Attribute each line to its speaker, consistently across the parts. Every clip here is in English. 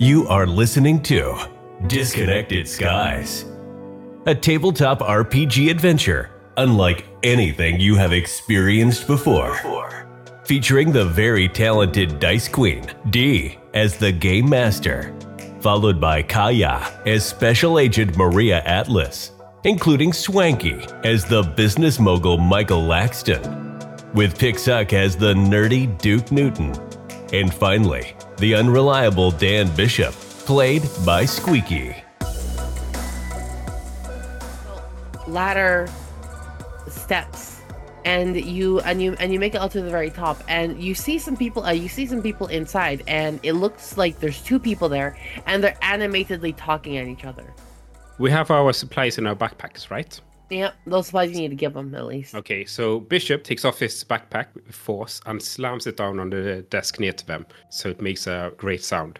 Speaker 1: You are listening to Disconnected Skies, a tabletop RPG adventure unlike anything you have experienced before. Featuring the very talented Dice Queen, Dee, as the Game Master, followed by Kaya as Special Agent Maria Atlas, including Swanky as the business mogul Michael Laxton, with Pixuck as the nerdy Duke Newton, and finally, the unreliable Dan Bishop, played by Squeaky.
Speaker 2: ladder steps and you and you and you make it all to the very top and you see some people uh, you see some people inside and it looks like there's two people there and they're animatedly talking at each other
Speaker 3: We have our supplies in our backpacks, right?
Speaker 2: yep those supplies you need to give them at least
Speaker 3: Okay, so Bishop takes off his backpack with force and slams it down on the desk near to them, so it makes a great sound.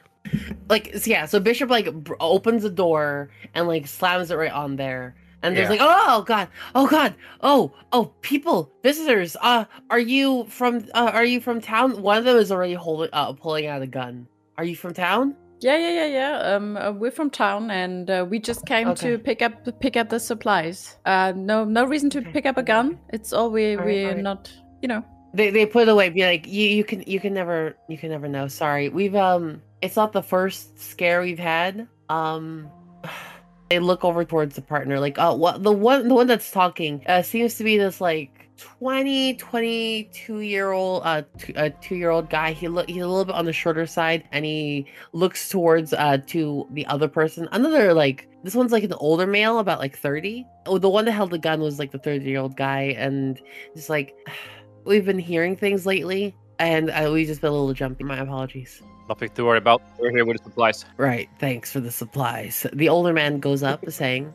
Speaker 2: like so yeah so bishop like br- opens the door and like slams it right on there and there's
Speaker 3: Yeah.
Speaker 2: like oh god oh god oh oh people visitors uh are you from uh, are you from town one of them is already holding uh pulling out a gun are you from town
Speaker 4: Yeah, yeah, yeah, yeah. Um, uh, we're from town, and uh, we just came
Speaker 2: Okay.
Speaker 4: to pick up pick up the supplies. Uh, no, no reason to
Speaker 2: Okay,
Speaker 4: pick up a
Speaker 2: okay.
Speaker 4: gun. It's all we
Speaker 2: All right,
Speaker 4: we're
Speaker 2: all right.
Speaker 4: not, you know.
Speaker 2: they they put it away be like you you can you can never you can never know sorry we've um it's not the first scare we've had um they look over towards the partner like oh what the one the one that's talking uh seems to be this like 20 22 year old uh t- a two year old guy he look he's a little bit on the shorter side and he looks towards uh to the other person another like this one's like an older male about like 30 oh the one that held the gun was like the 30 year old guy and just like we've been hearing things lately and uh, we just been a little jumpy my apologies
Speaker 5: Nothing to worry about. We're here with the supplies.
Speaker 2: right thanks for the supplies the older man goes up saying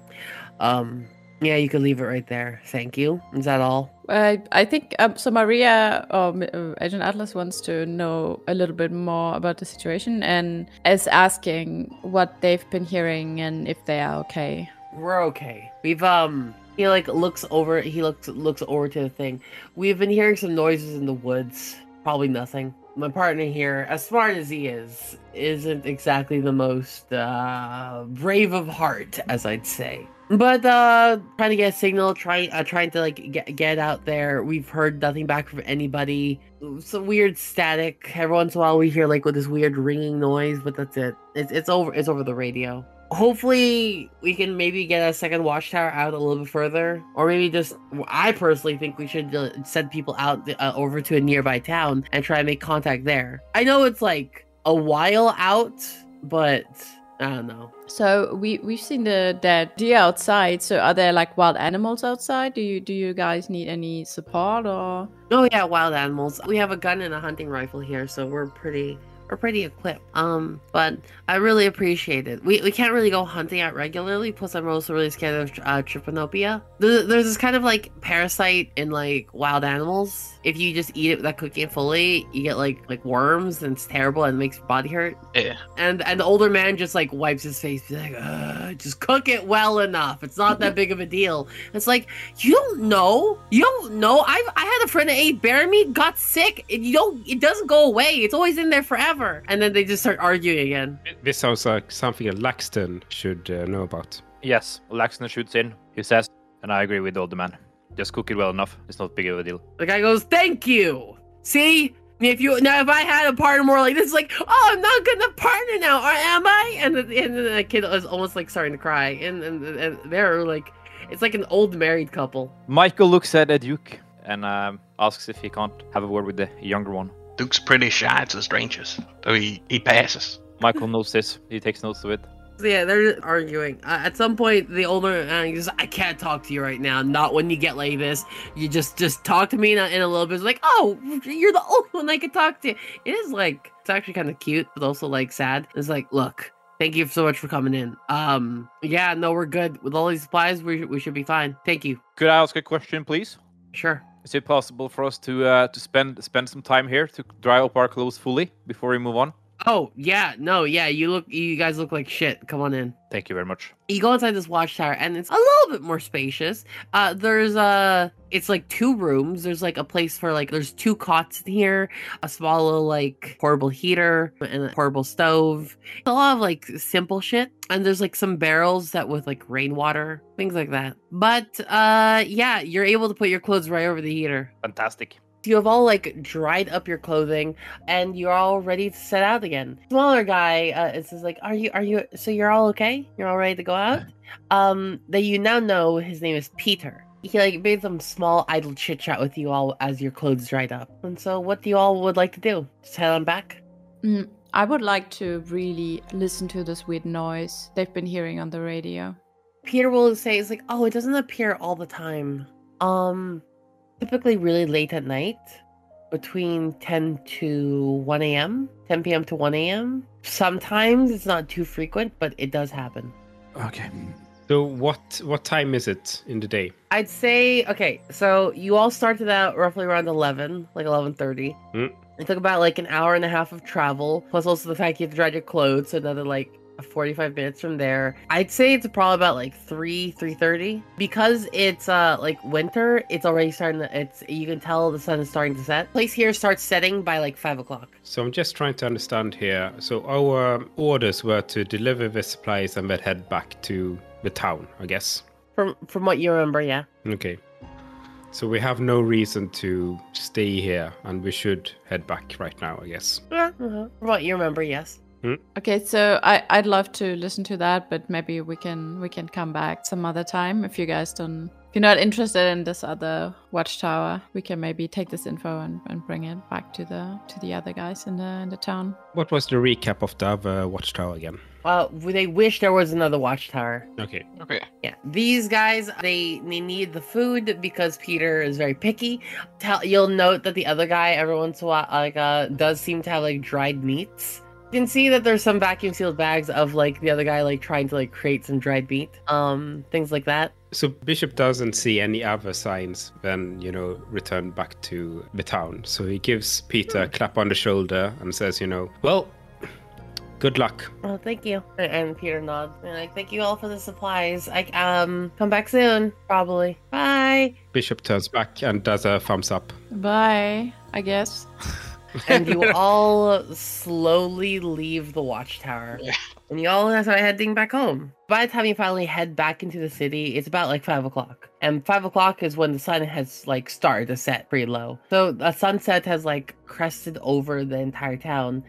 Speaker 2: um yeah you could leave it right there thank you is that all
Speaker 4: I I think um, so. Maria um, uh, Agent Atlas wants to know a little bit more about the situation and is asking what they've been hearing and if they are okay.
Speaker 2: we're okay we've um he like looks over he looks looks over to the thing we've been hearing some noises in the woods probably nothing my partner here as smart as he is isn't exactly the most uh brave of heart as i'd say but uh trying to get a signal trying uh, trying to like get, get out there we've heard nothing back from anybody some weird static every once in a while we hear like with this weird ringing noise but that's it it's, it's over it's over the radio hopefully we can maybe get a second watchtower out a little bit further or maybe just i personally think we should uh, send people out uh, over to a nearby town and try and make contact there i know it's like a while out but i don't know
Speaker 4: So we we've seen the dead deer outside. So are there like wild animals outside? Do you do you guys need any support or?
Speaker 2: oh yeah wild animals we have a gun and a hunting rifle here so we're pretty we're pretty equipped um but i really appreciate it we, we can't really go hunting out regularly plus i'm also really scared of uh, trypanopia there's, there's this kind of like parasite in like wild animals if you just eat it without cooking it fully you get like like worms and it's terrible and makes your body hurt
Speaker 5: Yeah.
Speaker 2: and and the older man just like wipes his face be like "Ugh, just cook it well enough it's not that big of a deal it's like you don't know you don't know i i had a friend that ate bear meat got sick it, you don't it doesn't go away it's always in there forever and then they just start arguing again
Speaker 3: This sounds like something a Laxton should uh, know about.
Speaker 5: Yes, Laxton shoots in. He says, and I agree with the older man. Just cook it well enough. It's not big of a deal.
Speaker 2: the guy goes thank you see if you now if i had a partner more like this it's like oh i'm not gonna partner now or am i and the, and then the kid is almost like starting to cry and and, and they're like it's like an old married couple
Speaker 5: Michael looks at the Duke and um, asks if he can't have a word with the younger one.
Speaker 6: Duke's pretty shy to strangers, though he, he passes.
Speaker 5: Michael knows this. He takes notes of it.
Speaker 2: So yeah, they're arguing. Uh, at some point, the older man goes, "I can't talk to you right now. Not when you get like this. You just just talk to me in a, in a little bit." It's like, "Oh, you're the only one I can talk to." It is like it's actually kind of cute, but also like sad. It's like, look. Thank you so much for coming in. Um, yeah, no, we're good with all these supplies. We, we should be fine. Thank you.
Speaker 5: Could I ask a question, please?
Speaker 2: Sure.
Speaker 5: Is it possible for us to uh, to spend spend some time here to dry up our clothes fully before we move on?
Speaker 2: Oh yeah, no, yeah. You look, you guys look like shit. Come on in.
Speaker 5: Thank you very much.
Speaker 2: You go inside this watchtower, and it's a little bit more spacious. Uh, there's a, it's like two rooms. There's like a place for like, there's two cots in here, a small little like portable heater and a portable stove. A lot of like simple shit, and there's like some barrels that with like rainwater, things like that. But uh, yeah, you're able to put your clothes right over the heater.
Speaker 5: Fantastic.
Speaker 2: You have all like dried up your clothing, and you're all ready to set out again. Smaller guy uh, is just like, "Are you? Are you? So you're all okay? You're all ready to go out?" Um, that you now know his name is Peter. He like made some small idle chit chat with you all as your clothes dried up. And so, what do you all would like to do? Just head on back.
Speaker 4: Mm, I would like to really listen to this weird noise they've been hearing on the radio.
Speaker 2: Peter will say, "It's like, oh, it doesn't appear all the time. Um, typically really late at night, between ten to one a.m., ten p.m. to one a.m. Sometimes it's not too frequent, but it does happen."
Speaker 5: Okay.
Speaker 3: So what what time is it in the day?
Speaker 2: I'd say okay. So you all started out roughly around eleven, like eleven thirty.
Speaker 3: Mm.
Speaker 2: It took about like an hour and a half of travel, plus also the fact you have to dry your clothes, so another like forty-five minutes from there. I'd say it's probably about like three, three thirty, because it's uh like winter. It's already starting. To, it's you can tell the sun is starting to set. Place here starts setting by like five o'clock.
Speaker 3: So I'm just trying to understand here. So our um, orders were to deliver the supplies and then head back to the town, I guess.
Speaker 2: From from what you remember, yeah.
Speaker 3: Okay. So we have no reason to stay here, and we should head back right now, I guess.
Speaker 2: Yeah. uh-huh. From what you remember, yes.
Speaker 4: Okay, so I, I'd love to listen to that, but maybe we can we can come back some other time if you guys don't if you're not interested in this other watchtower, we can maybe take this info and, and bring it back to the to the other guys in the in the town.
Speaker 3: What was the recap of the other watchtower again?
Speaker 2: Uh, they wish there was another watchtower.
Speaker 3: Okay.
Speaker 6: Okay.
Speaker 2: Yeah, these guys they they need the food because Peter is very picky. Tell you'll note that the other guy every once in a while like uh does seem to have like dried meats. You can see that there's some vacuum sealed bags of like the other guy like trying to like create some dried meat, um things like that.
Speaker 3: So Bishop doesn't see any other signs than, you know, return back to the town. So he gives Peter a clap on the shoulder and says, you know, well, good luck.
Speaker 2: Oh, thank you. And, and Peter nods and like thank you all for the supplies. I um come back soon probably. Bye.
Speaker 3: Bishop turns back and does a thumbs up.
Speaker 4: Bye, I guess.
Speaker 2: and you all slowly leave the watchtower. And you all start heading back home. By the time you finally head back into the city, it's about like five o'clock. And five o'clock is when the sun has like started to set pretty low. So a sunset has like crested over the entire town.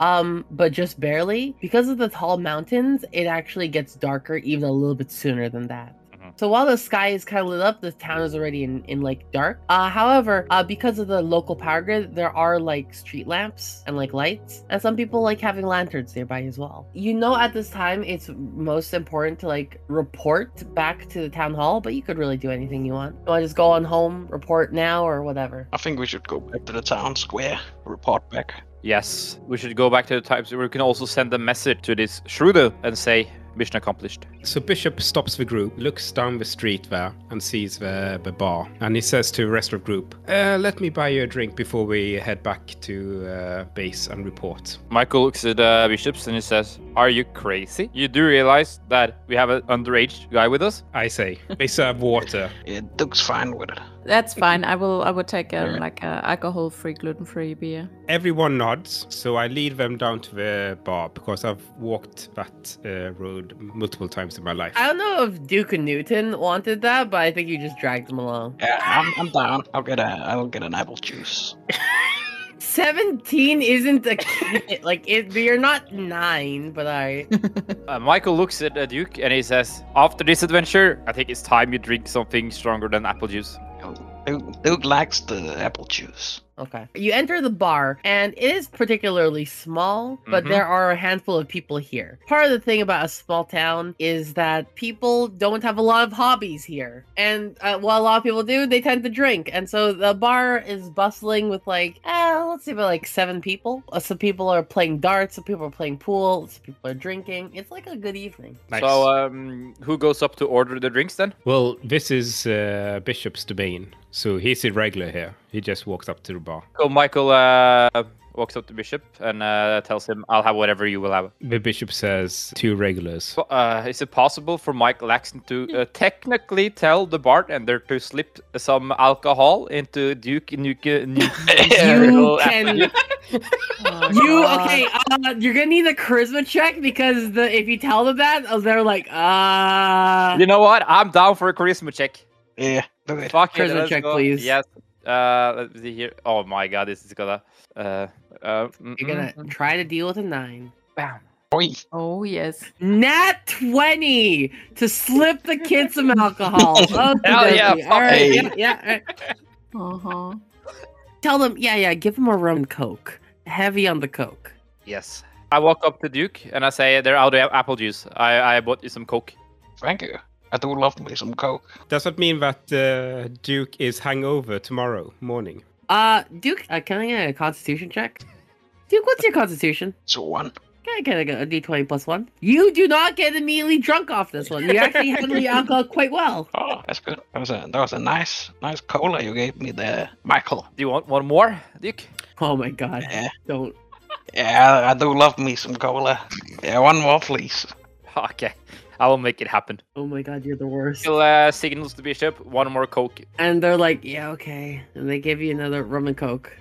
Speaker 2: Um, but just barely. Because of the tall mountains, it actually gets darker even a little bit sooner than that. So while the sky is kind of lit up, the town is already in, in like dark. Uh, however, uh, because of the local power grid, there are like street lamps and like lights, and some people like having lanterns nearby as well. You know, at this time, it's most important to like report back to the town hall, but you could really do anything you want. You want to just go on home, report now, or whatever.
Speaker 6: I think we should go back to the town square, report back.
Speaker 5: Yes, we should go back to the types. We can also send a message to this Schroeder and say, mission accomplished.
Speaker 3: So Bishop stops the group, looks down the street there, and sees the, the bar. And he says to the rest of the group, uh, let me buy you a drink before we head back to uh, base and report.
Speaker 5: Michael looks at the bishops and he says, Are you crazy? You do realize that we have an underage guy with us?
Speaker 3: I say, they serve water.
Speaker 6: Yeah, Doug's fine with it.
Speaker 4: That's fine. I will I will take a like a alcohol free, gluten free beer.
Speaker 3: Everyone nods, so I lead them down to the bar because I've walked that uh, road multiple times in my life.
Speaker 2: I don't know if Duke and Newton wanted that, but I think you just dragged them along.
Speaker 6: Yeah, I'm, I'm down. I'll get a I'll get an apple juice.
Speaker 2: 17 isn't a kid. like, it, you're not nine, but I.
Speaker 5: Uh, Michael looks at the Duke and he says, After this adventure, I think it's time you drink something stronger than apple juice.
Speaker 6: Doug, Doug likes the apple juice.
Speaker 2: Okay. You enter the bar, and it is particularly small, but
Speaker 5: Mhm.
Speaker 2: there are a handful of people here. Part of the thing about a small town is that people don't have a lot of hobbies here. And uh, what a lot of people do, they tend to drink. And so the bar is bustling with like, eh, let's see, about like seven people. Uh, Some people are playing darts, some people are playing pool, some people are drinking. It's like a good evening.
Speaker 3: Nice.
Speaker 5: So, um, who goes up to order the drinks then?
Speaker 3: well, this is uh, Bishop's domain, so he's irregular here. He just walks up to the bar.
Speaker 5: So, Michael uh, walks up to Bishop and uh, tells him, I'll have whatever you will have.
Speaker 3: The bishop says two regulars.
Speaker 5: Po- Uh, is it possible for Michael Laxton to uh, technically tell the bartender to slip some alcohol into Duke Nuke? Nuke
Speaker 2: You can.
Speaker 4: Oh,
Speaker 2: You okay? Uh, you're gonna need a charisma check because the if you tell them that, uh, they're like, uh
Speaker 5: you know what? I'm down for a charisma check.
Speaker 6: Yeah, do it.
Speaker 5: Fuck it,
Speaker 2: Charisma
Speaker 5: let's
Speaker 2: check,
Speaker 5: go.
Speaker 2: please.
Speaker 5: Yes. Uh, let's see here. Oh my god, this is gonna. Uh, uh, mm,
Speaker 2: You're gonna
Speaker 5: mm,
Speaker 2: try to deal with a nine.
Speaker 5: bam.
Speaker 6: Boy,
Speaker 4: Oh yes.
Speaker 2: Nat 20 to slip the kid some alcohol. Oh,
Speaker 5: Hell yeah,
Speaker 2: All right, yeah,
Speaker 6: fuck
Speaker 2: yeah, all right.
Speaker 4: Uh huh.
Speaker 2: Tell them, yeah, yeah, give them a rum and coke. Heavy on the coke.
Speaker 5: Yes. I walk up to Duke and I say, "They're out of apple juice. I I bought you some coke."
Speaker 6: thank you. I do love me some coke.
Speaker 3: Does that mean that uh, Duke is hangover tomorrow morning?
Speaker 2: Uh, Duke, uh, can I get a constitution check? Duke, what's your constitution?
Speaker 6: So one.
Speaker 2: Can I get a, a d20 plus one? You do not get immediately drunk off this one. You actually handle your alcohol quite well.
Speaker 6: Oh, that's good. That was a that was a nice nice cola you gave me there, Michael.
Speaker 5: Do you want one more, Duke?
Speaker 2: Oh my god.
Speaker 6: Yeah,
Speaker 2: Don't.
Speaker 6: yeah, I, I do love me some cola. Yeah, one more please.
Speaker 5: Okay, I will make it happen.
Speaker 2: Oh my god, you're the worst.
Speaker 5: Michael uh, signals the bishop one more coke.
Speaker 2: And they're like, yeah, okay. And they give you another rum and coke.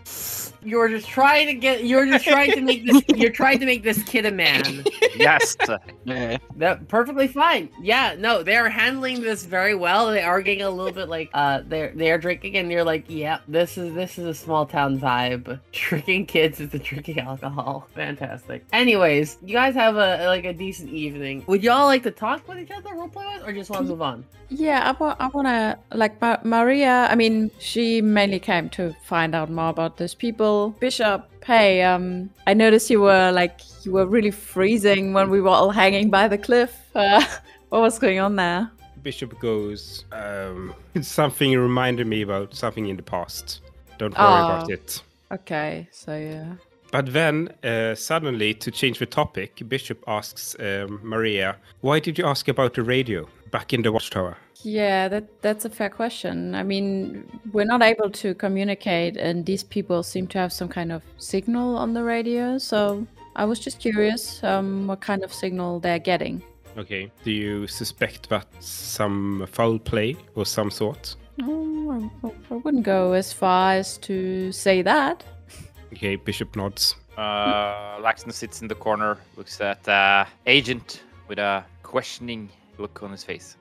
Speaker 2: You're just trying to get. You're just trying to make this. You're trying to make this kid a man.
Speaker 5: Yes. Uh,
Speaker 6: Yeah,
Speaker 2: That perfectly fine. Yeah, no, they are handling this very well. They are getting a little bit like, uh, they're they are drinking, and you're like, yeah, this is this is a small town vibe. Tricking kids into drinking alcohol. Fantastic. Anyways, you guys have a like a decent evening. Would y'all like to talk with each other, roleplay wise, or just want to move on?
Speaker 4: Yeah, I want. I want to like Ma- Maria. I mean, she mainly came to find out more about these people. Bishop, hey, um, I noticed you were like you were really freezing when we were all hanging by the cliff. Uh, what was going on there?
Speaker 3: Bishop goes, um, something reminded me about something in the past. Don't worry about
Speaker 4: Oh.
Speaker 3: it.
Speaker 4: Okay, so yeah.
Speaker 3: But then, uh, suddenly, to change the topic, Bishop asks um, Maria, Why did you ask about the radio back in the watchtower?
Speaker 4: Yeah, that that's a fair question. I mean, we're not able to communicate, and these people seem to have some kind of signal on the radio. So I was just curious, um, what kind of signal they're getting.
Speaker 3: Okay. Do you suspect that some foul play or some sort?
Speaker 4: Oh, I, I wouldn't go as far as to say that.
Speaker 3: Okay, Bishop nods.
Speaker 5: Uh, Laxton sits in the corner, looks at uh, agent with a questioning look on his face.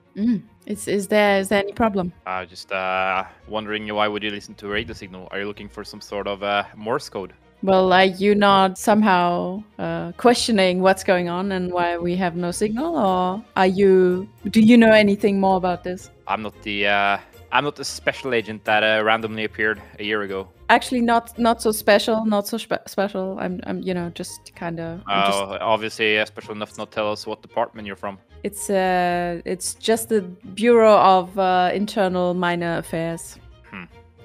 Speaker 4: It's, is there is there any problem?
Speaker 5: Uh, just uh, wondering why would you listen to a radio signal? Are you looking for some sort of uh, Morse code?
Speaker 4: Well, are you not somehow uh, questioning what's going on and why we have no signal, or are you? Do you know anything more about this?
Speaker 5: I'm not the uh, I'm not the special agent that uh, randomly appeared a year ago.
Speaker 4: Actually, not not so special, not so spe- special. I'm I'm you know just kind of.
Speaker 5: Uh, Obviously, uh, special enough to not tell us what department you're from.
Speaker 4: It's uh it's just the Bureau of uh, Internal Minor Affairs.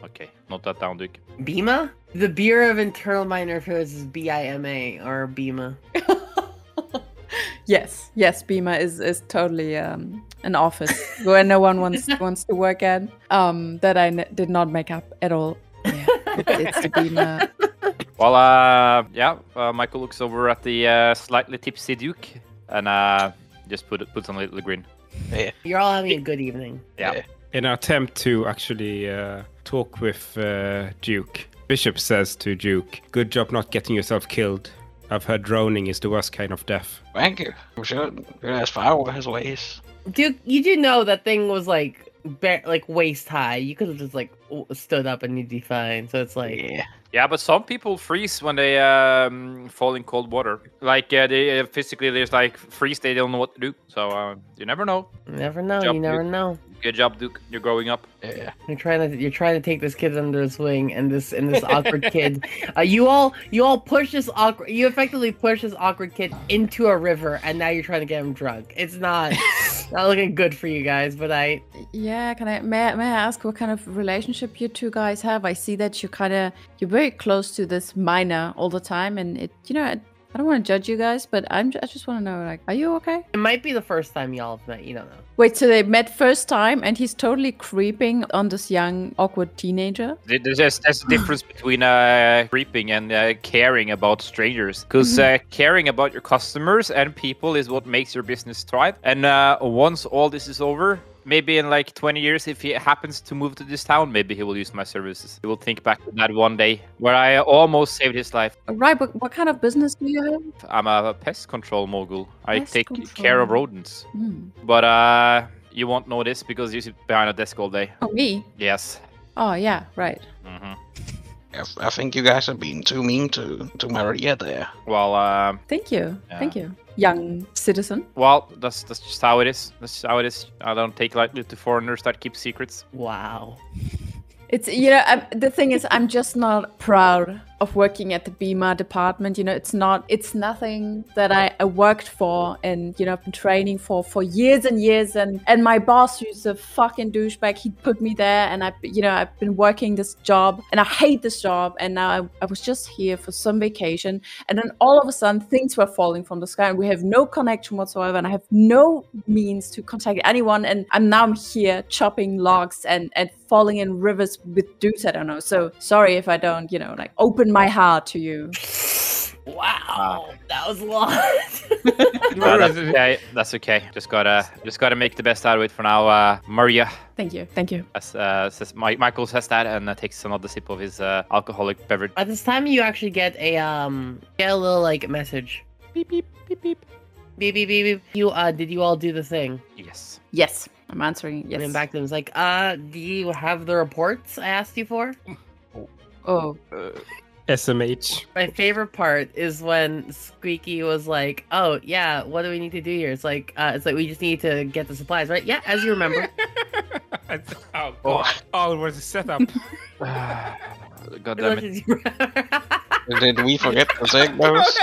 Speaker 5: Okay, note that down, Duke.
Speaker 2: Bima? The Bureau of Internal Minor Affairs is B I M A or Bima.
Speaker 4: Yes, yes, Beamer is is totally um, an office where no one wants wants to work at. Um, that I n- did not make up at all. Yeah, it- it's the Beamer.
Speaker 5: Well, uh, yeah, uh, Michael looks over at the uh, slightly tipsy Duke and uh, just put puts on a little grin.
Speaker 2: You're all having a good evening.
Speaker 5: Yeah.
Speaker 6: Yeah.
Speaker 3: In an attempt to actually uh, talk with uh, Duke, Bishop says to Duke, Good job not getting yourself killed. I've heard drowning is the worst kind of death.
Speaker 6: thank you. I'm sure you're as far as ways.
Speaker 2: Duke, you do know that thing was like ba- like waist high. You could have just like w- stood up and you'd be fine. So it's like
Speaker 6: Yeah,
Speaker 5: Yeah, but some people freeze when they um, fall in cold water. Like uh, they uh, physically, they just like freeze. They don't know what to do. So uh, you never know.
Speaker 2: you never know.
Speaker 5: Job,
Speaker 2: you never know.
Speaker 5: Good job, Duke. You're growing up.
Speaker 6: yeah.
Speaker 2: You're trying to you're trying to take this kid under his wing and this and this awkward kid. Uh, you all you all push this awkward. You effectively push this awkward kid into a river, and now you're trying to get him drunk. It's not not looking good for you guys. But I
Speaker 4: Yeah, can I may, I- may I ask what kind of relationship you two guys have? I see that you kind of you're very close to this minor all the time, and it you know it, I don't want to judge you guys, but I'm. I just want to know, like, are you okay?
Speaker 2: It might be the first time y'all have met. You don't know.
Speaker 4: Wait, so they met first time, and he's totally creeping on this young, awkward teenager.
Speaker 5: Th- There's just there's a difference between uh, creeping and uh, caring about strangers. Because uh, caring about your customers and people is what makes your business thrive. And uh, once all this is over, maybe in like 20 years, if he happens to move to this town, maybe he will use my services. He will think back to that one day where I almost saved his life.
Speaker 4: Right, but what kind of business do you have?
Speaker 5: I'm a pest control mogul. I
Speaker 4: Pest
Speaker 5: take
Speaker 4: control.
Speaker 5: care of rodents.
Speaker 4: Hmm.
Speaker 5: But uh, you won't know this because you sit behind a desk all day.
Speaker 4: Oh, me?
Speaker 5: Yes.
Speaker 4: Oh, yeah, right.
Speaker 5: hmm
Speaker 6: I, I think you guys have been too mean to, to Maria there.
Speaker 5: Well, um,
Speaker 4: Thank you.
Speaker 5: Yeah.
Speaker 4: Thank you, young citizen.
Speaker 5: Well, that's that's just how it is. That's just how it is. I don't take lightly to foreigners that keep secrets.
Speaker 2: Wow.
Speaker 4: It's you know i the thing is I'm just not proud of working at the BEMA department. You know, it's not it's nothing that I, I worked for and you know I've been training for for years and years and and my boss who's a fucking douchebag he put me there and I you know I've been working this job and I hate this job and now I, I was just here for some vacation and then all of a sudden things were falling from the sky and we have no connection whatsoever and I have no means to contact anyone and I'm now I'm here chopping logs and and falling in rivers with dudes I don't know. So sorry if I don't, you know, like open my heart to you.
Speaker 2: Wow. That was a lot.
Speaker 5: Uh, that's okay. That's okay. Just gotta just gotta make the best out of it for now. Uh, Maria,
Speaker 4: Thank you. Thank you.
Speaker 5: as uh, says Mi- Michael says that and uh, takes another sip of his uh, alcoholic beverage.
Speaker 2: At this time, you actually get a um, get a little like message. Beep beep beep beep beep. Beep beep beep. You uh, did you all do the thing?
Speaker 5: Yes.
Speaker 4: Yes. I'm answering
Speaker 2: And
Speaker 4: yes.
Speaker 2: then back to them, it's like, uh, do you have the reports I asked you for?
Speaker 4: Oh.
Speaker 3: SMH.
Speaker 2: My favorite part is when Squeaky was like, "Oh yeah, what do we need to do here?" It's like, uh, it's like we just need to get the supplies, right? Yeah, as you remember.
Speaker 3: oh, God. oh, it was a setup.
Speaker 5: God damn it.
Speaker 6: Did we forget to take those?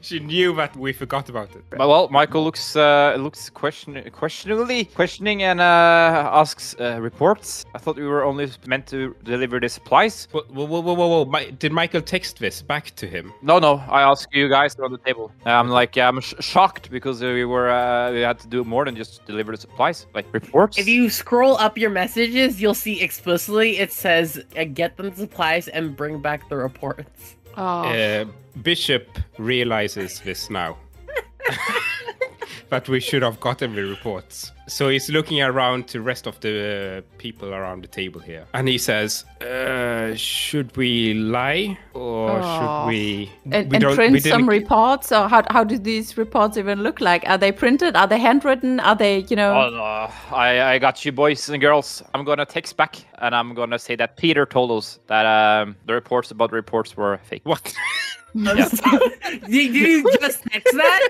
Speaker 3: she knew that we forgot about it.
Speaker 5: But, well, Michael looks uh, looks question questioningly questioning and uh, asks uh, reports. I thought we were only meant to deliver the supplies.
Speaker 3: Whoa, whoa, whoa, whoa, whoa, whoa. Mi- did Michael text this back to him?
Speaker 5: No, no. I ask you guys around the table. I'm like, I'm sh- shocked because uh, we were, uh, we had to do more than just deliver the supplies, like reports.
Speaker 2: if you scroll up your messages, you'll see explicitly it says, uh, "Get them the supplies and bring back the reports."
Speaker 4: Oh.
Speaker 3: Uh, Bishop realizes this now. that we should have gotten the reports. So he's looking around to rest of the uh, people around the table here. And he says, uh, should we lie or
Speaker 4: Aw.
Speaker 3: should we...
Speaker 4: And,
Speaker 3: we
Speaker 4: and
Speaker 3: don't- we
Speaker 4: print some
Speaker 3: didn't-
Speaker 4: reports or how, how do these reports even look like? Are they printed? Are they handwritten? Are they, you know,
Speaker 5: Oh, no. I, I got you, boys and girls. I'm gonna text back and I'm gonna say that Peter told us that um, the reports about the reports were fake.
Speaker 3: What?
Speaker 2: I'm sorry. Did you just text that?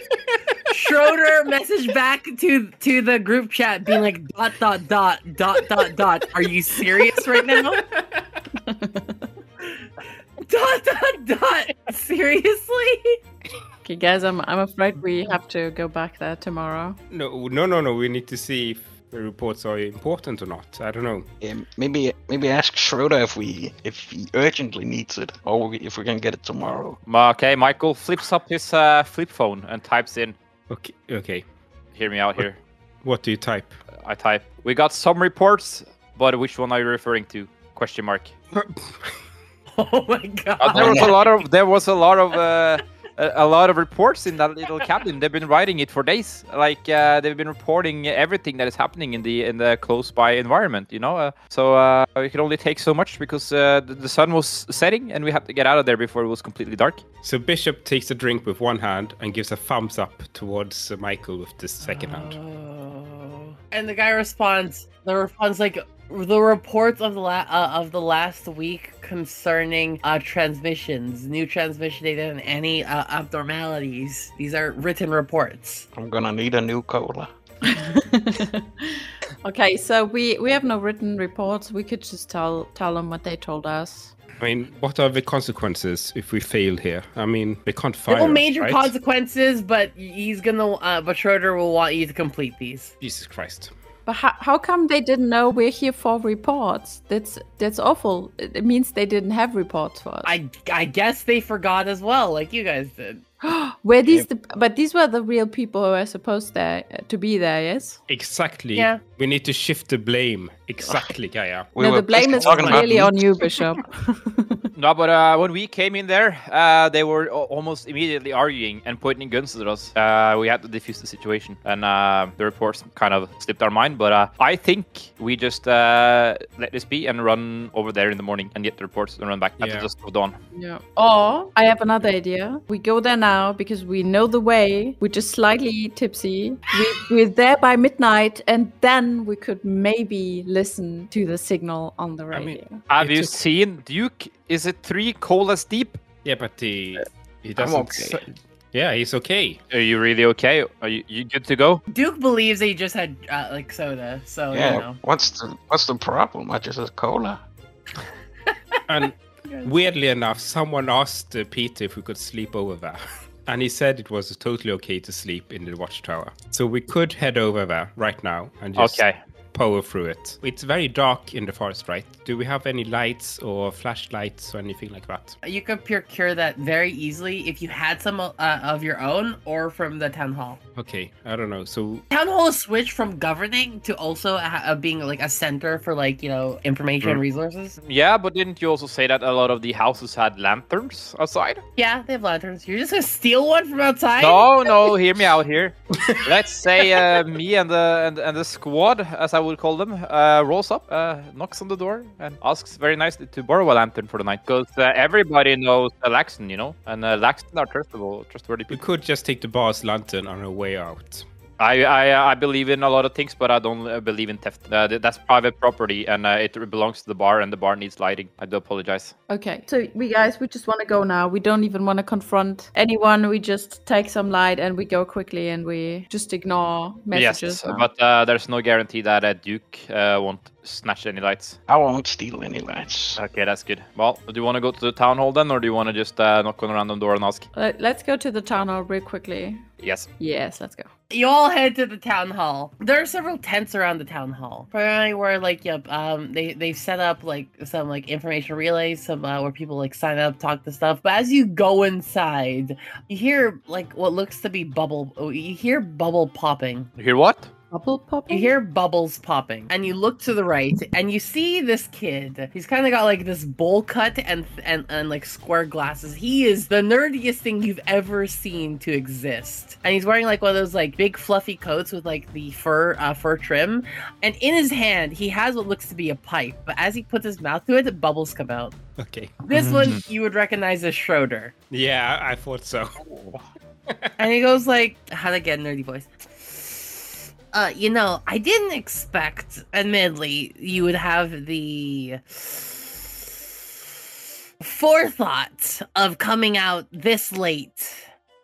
Speaker 2: Schroeder messaged back to to the group chat, being like, "Dot dot dot dot dot dot." Are you serious right now? dot dot dot. Seriously?
Speaker 4: Okay, guys, I'm, I'm afraid we have to go back there tomorrow.
Speaker 3: No, no, no, no. We need to see if the reports are important or not. I don't know.
Speaker 6: Yeah, maybe maybe ask Schroeder if we if he urgently needs it, or we, if we can get it tomorrow.
Speaker 5: Ma- Okay, Michael flips up his uh, flip phone and types in.
Speaker 3: Okay, okay.
Speaker 5: Hear me out here.
Speaker 3: What do you type?
Speaker 5: I type. We got some reports, but which one are you referring to? Question mark.
Speaker 2: Oh my god.
Speaker 5: Uh, there was a lot of there was a lot of uh, a, a lot of reports in that little cabin. They've been writing it for days. Like uh, they've been reporting everything that is happening in the in the close by environment. You know, uh, so uh, we could only take so much because uh, the, the sun was setting and we had to get out of there before it was completely dark.
Speaker 3: So Bishop takes a drink with one hand and gives a thumbs up towards uh, Michael with the second
Speaker 2: Ah.
Speaker 3: hand.
Speaker 2: Oh. And the guy responds. The response like the reports of the la- uh, of the last week concerning uh, transmissions, new transmission data, and any uh, abnormalities. These are written reports.
Speaker 6: I'm gonna need a new cola.
Speaker 4: okay, so we, we have no written reports. We could just tell tell them what they told us.
Speaker 3: I mean, what are the consequences if we fail here? I mean, they can't fire.
Speaker 2: No
Speaker 3: us,
Speaker 2: major
Speaker 3: right?
Speaker 2: consequences, but he's gonna. Uh, but Schroeder will want you to complete these.
Speaker 3: Jesus Christ.
Speaker 4: But how, how come they didn't know we're here for reports? That's that's awful. It it means they didn't have reports for us.
Speaker 2: I I guess they forgot as well, like you guys did.
Speaker 4: were these the, but these were the real people who were supposed there to be there, yes?
Speaker 3: Exactly.
Speaker 2: Yeah.
Speaker 3: We need to shift the blame. Exactly, Gaia.
Speaker 6: We
Speaker 4: no,
Speaker 6: were
Speaker 4: the blame
Speaker 6: busy
Speaker 4: is
Speaker 6: talking about
Speaker 4: really
Speaker 6: meat.
Speaker 4: on you, Bishop.
Speaker 5: No, but uh, when we came in there, uh, they were a- almost immediately arguing and pointing guns at us. Uh, we had to defuse the situation, and uh, the reports kind of slipped our mind. But uh, I think we just uh, let this be and run over there in the morning and get the reports and run back at the
Speaker 3: Yeah.
Speaker 5: dusk of dawn.
Speaker 4: yeah. Or I have another idea. We go there now because we know the way. We're just slightly tipsy. We, we're there by midnight, and then we could maybe listen to the signal on the
Speaker 3: I mean,
Speaker 4: radio.
Speaker 5: Have
Speaker 3: It
Speaker 5: you
Speaker 3: took-
Speaker 5: seen Duke? Is it three colas deep?
Speaker 3: Yeah, but he he doesn't.
Speaker 6: okay.
Speaker 3: s- yeah, he's okay.
Speaker 5: Are you really okay? Are you, you good to go?
Speaker 2: Duke believes that he just had uh, like soda, so you
Speaker 6: Yeah,
Speaker 2: know.
Speaker 6: what's the what's the problem? I just had cola.
Speaker 3: And weirdly enough, someone asked uh, Peter if we could sleep over there. And he said it was totally okay to sleep in the watchtower. So we could head over there right now and just
Speaker 5: Okay.
Speaker 3: power through it. It's very dark in the forest, right? Do we have any lights or flashlights or anything like that?
Speaker 2: You could procure that very easily if you had some uh, of your own or from the town hall.
Speaker 3: Okay, I don't know. So
Speaker 2: Town hall is switched from governing to also ha- uh, being like a center for like you know information and resources.
Speaker 5: Yeah, but didn't you also say that a lot of the houses had lanterns outside?
Speaker 2: Yeah, they have lanterns. You're just gonna steal one from outside?
Speaker 5: No, no, hear me out here. Let's say uh, me and the and, and the squad, as I would call them, uh, rolls up, uh, knocks on the door, and asks very nicely to borrow a lantern for the night, because uh, everybody knows uh, Laxton, you know, and uh, Laxton are trustable, trustworthy
Speaker 3: we
Speaker 5: people.
Speaker 3: could just take the bar's lantern on our way out.
Speaker 5: I, I I believe in a lot of things, but I don't uh, believe in theft. Uh, th- that's private property, and uh, it belongs to the bar, and the bar needs lighting. I do apologize.
Speaker 4: Okay, so we guys, we just want to go now. We don't even want to confront anyone. We just take some light and we go quickly and we just ignore messages.
Speaker 5: Yes, but uh, there's no guarantee that uh, Duke uh, won't snatch any lights.
Speaker 6: I won't steal any lights.
Speaker 5: Okay, that's good. Well, do you want to go to the town hall then, or do you want to just uh, knock on a random door and ask?
Speaker 4: Let- Let's go to the town hall real quickly.
Speaker 5: Yes.
Speaker 4: Yes, let's go.
Speaker 2: You all head to the town hall. There are several tents around the town hall, probably where like yep, um, they they've set up like some like information relays, some uh, where people like sign up, talk to stuff. But as you go inside, you hear like what looks to be bubble. oh, You hear bubble popping.
Speaker 5: You hear what?
Speaker 4: Bubble popping.
Speaker 2: You hear bubbles popping, and you look to the right, and you see this kid. He's kind of got like this bowl cut and and and like square glasses. He is the nerdiest thing you've ever seen to exist, and he's wearing like one of those like big fluffy coats with like the fur uh, fur trim. And in his hand, he has what looks to be a pipe, but as he puts his mouth to it, bubbles come out.
Speaker 3: Okay.
Speaker 2: This one you would recognize as Schroeder,
Speaker 3: Yeah, I I thought so.
Speaker 2: and he goes like, "How to get a nerdy voice." Uh, you know, I didn't expect, admittedly, you would have the forethought of coming out this late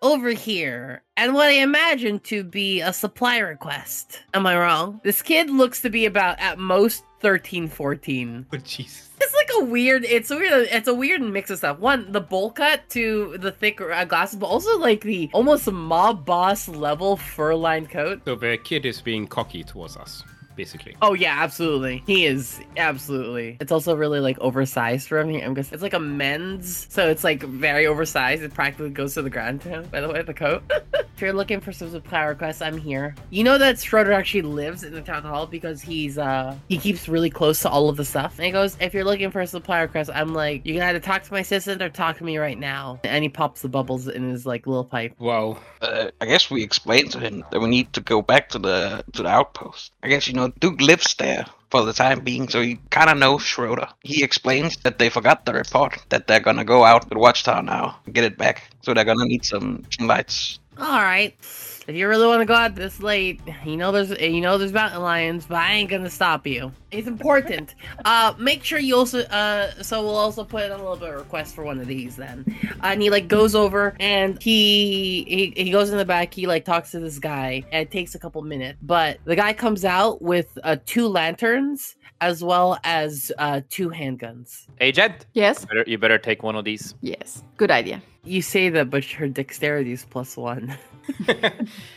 Speaker 2: over here and what I imagine to be a supply request. Am I wrong? This kid looks to be about at most 13, 14.
Speaker 3: Oh, Jesus.
Speaker 2: It's like a weird. It's a weird. It's a weird mix of stuff. One, the bowl cut to the thick uh, glasses, but also like the almost mob boss level fur lined coat.
Speaker 3: So the kid is being cocky towards us, basically.
Speaker 2: Oh yeah, absolutely. He is absolutely. It's also really like oversized for him. I'm guessing it's like a men's, so it's like very oversized. It practically goes to the ground. By the way, the coat. if you're looking for some supply requests, I'm here. You know that Schroeder actually lives in the town hall because he's uh he keeps really close to all of the stuff. And he goes, if you're looking for a supply request, I'm like, you gotta talk to my assistant or talk to me right now. And he pops the bubbles in his like little pipe.
Speaker 3: Wow.
Speaker 6: Uh, I guess we explained to him that we need to go back to the to the outpost. I guess you know Duke lives there for the time being, so he kind of knows Schroeder. He explains that they forgot the report that they're gonna go out to the watchtower now and get it back. So they're gonna need some, some lights.
Speaker 2: All right. If you really want to go out this late, you know there's you know there's mountain lions, but I ain't gonna stop you. It's important. Uh, make sure you also uh, so we'll also put in a little bit of request for one of these then. Uh, and he like goes over and he, he he goes in the back. He like talks to this guy, and it takes a couple minutes. But the guy comes out with uh, two lanterns as well as uh, two handguns.
Speaker 5: Agent,
Speaker 4: Yes.
Speaker 5: better, you better take one of these.
Speaker 4: Yes. Good idea.
Speaker 2: You say that, but her dexterity is plus one.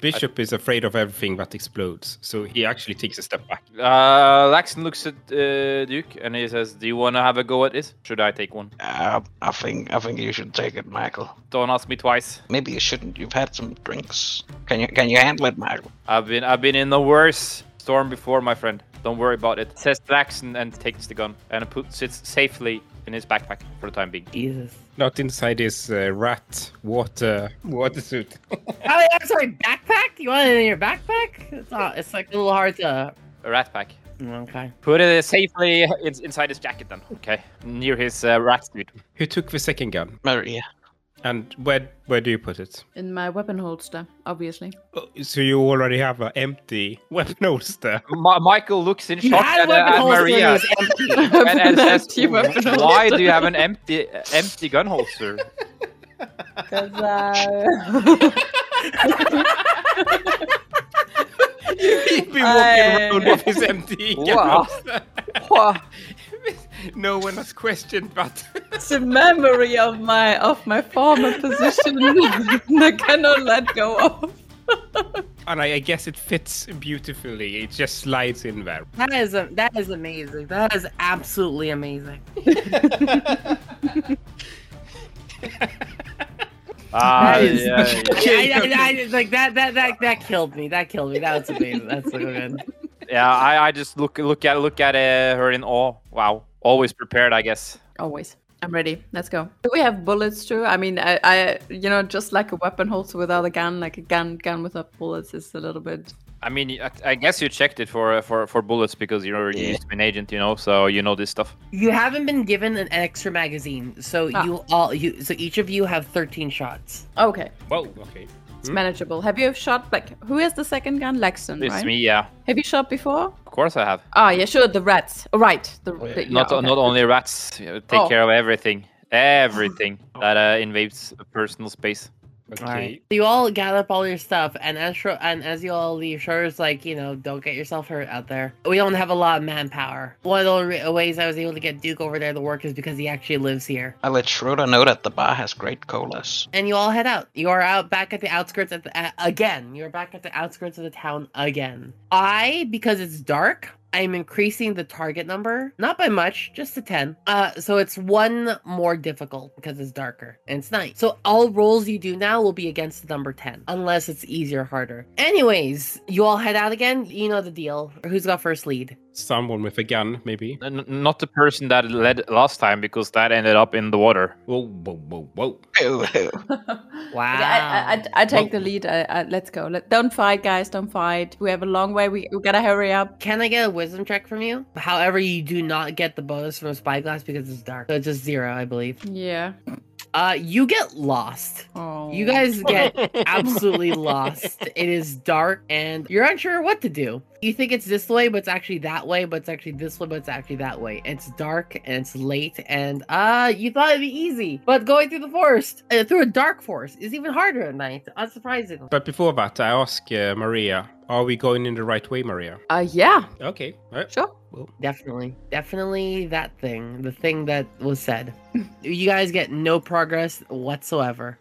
Speaker 3: Bishop is afraid of everything that explodes, so he actually takes a step back.
Speaker 5: Uh, Laxton looks at uh, Duke and he says, "Do you want to have a go at it? Should I take one?
Speaker 6: Uh, I think I think you should take it, Michael.
Speaker 5: Don't ask me twice.
Speaker 6: Maybe you shouldn't. You've had some drinks. Can you can you handle it, Michael?
Speaker 5: I've been I've been in the worst storm before, my friend. Don't worry about it." Says Laxton and takes the gun and puts it safely in his backpack for the time being.
Speaker 2: Jesus.
Speaker 3: Not inside his uh, rat water water suit.
Speaker 2: Oh, I'm sorry, backpack? You want it in your backpack? It's not. It's like a little hard to.
Speaker 5: A rat pack.
Speaker 2: Okay.
Speaker 5: Put it safely in, inside his jacket then. Okay, near his uh, rat suit.
Speaker 3: Who took the second gun?
Speaker 6: Maria.
Speaker 3: And where where do you put it?
Speaker 4: In my weapon holster, obviously.
Speaker 3: Oh, So you already have an empty weapon holster.
Speaker 5: Ma- Michael looks in shock
Speaker 2: had
Speaker 5: at, uh,
Speaker 2: weapon
Speaker 5: at
Speaker 2: holster and it
Speaker 5: Maria
Speaker 2: was
Speaker 5: and, and says,
Speaker 4: Empty weapon
Speaker 5: "Why do you have an empty uh, empty gun holster?"
Speaker 3: He'd be walking
Speaker 4: I-
Speaker 3: around with his empty gun
Speaker 5: Wow.
Speaker 3: holster.
Speaker 4: Wow.
Speaker 3: no one has questioned that.
Speaker 4: It's a memory of my of my former position that I cannot let go of.
Speaker 3: and I, I guess it fits beautifully. It just slides in there.
Speaker 2: That is a, that is amazing. That is absolutely amazing.
Speaker 5: Ah,
Speaker 2: That is-
Speaker 5: yeah, yeah.
Speaker 2: I, I, I, like that, that that that killed me. That killed me. That was amazing. That's so good.
Speaker 5: Yeah, I, I just look look at look at uh, her in awe. Wow, always prepared, I guess.
Speaker 4: Always. I'm ready. Let's go. Do we have bullets too? I mean, I, I, you know, just like a weapon holster without a gun, like a gun gun without bullets is a little bit.
Speaker 5: I mean, I, I guess you checked it for uh, for for bullets because you're
Speaker 6: Yeah.
Speaker 5: used to be an agent, you know, so you know this stuff.
Speaker 2: You haven't been given an extra magazine, so
Speaker 4: Ah.
Speaker 2: you all you so each of you have thirteen shots.
Speaker 4: Okay,
Speaker 5: Hmm?
Speaker 3: Whoa, okay.
Speaker 4: it's manageable. Have you shot like who is the second gun? Lexon,
Speaker 5: It's
Speaker 4: right?
Speaker 5: me, yeah.
Speaker 4: Have you shot before?
Speaker 5: Of course, I have.
Speaker 4: Ah, yeah, sure. The rats. Oh, right. The, the- yeah,
Speaker 5: not
Speaker 4: okay.
Speaker 5: not only rats you know, take
Speaker 4: Oh.
Speaker 5: care of everything, everything that uh, invades personal space.
Speaker 3: Okay.
Speaker 2: All right. So you all gather up all your stuff, and as Shro- and as you all leave, Schroeder's like, you know, don't get yourself hurt out there. We don't have a lot of manpower. One of the only re- ways I was able to get Duke over there to work is because he actually lives here.
Speaker 6: I let Schroeder know that the bar has great colas.
Speaker 2: And you all head out. You are out back at the outskirts at the, uh, again. You're back at the outskirts of the town again. I, because it's dark, I'm increasing the target number, not by much, just to 10. Uh, so it's one more difficult because it's darker and it's night. So all rolls you do now will be against the number 10, unless it's easier, or harder. Anyways, you all head out again. You know the deal. Who's got first lead?
Speaker 3: Someone with a gun, maybe.
Speaker 5: N- n- not the person that led last time because that ended up in the water.
Speaker 3: Whoa, whoa, whoa, whoa.
Speaker 2: Wow.
Speaker 4: Okay, I, I, I, I take the lead. I, I, let's go. Let, don't fight, guys. Don't fight. We have a long way. We, we gotta hurry up.
Speaker 2: Can I get a wisdom check from you? However, you do not get the bonus from spyglass because it's dark. So it's just zero, I believe.
Speaker 4: Yeah.
Speaker 2: Uh, you get lost.
Speaker 4: Oh.
Speaker 2: You guys get absolutely lost. It is dark and you're unsure what to do. You think it's this way, but it's actually that way, but it's actually this way, but it's actually that way. It's dark and it's late and uh you thought it'd be easy, but going through the forest, uh, through a dark forest is even harder at night, unsurprisingly.
Speaker 3: But before that, I ask uh, Maria, are we going in the right way, Maria?
Speaker 4: Uh, yeah.
Speaker 3: Okay. all right.
Speaker 4: Sure.
Speaker 2: Definitely. Definitely that thing. The thing that was said. you guys get no progress whatsoever.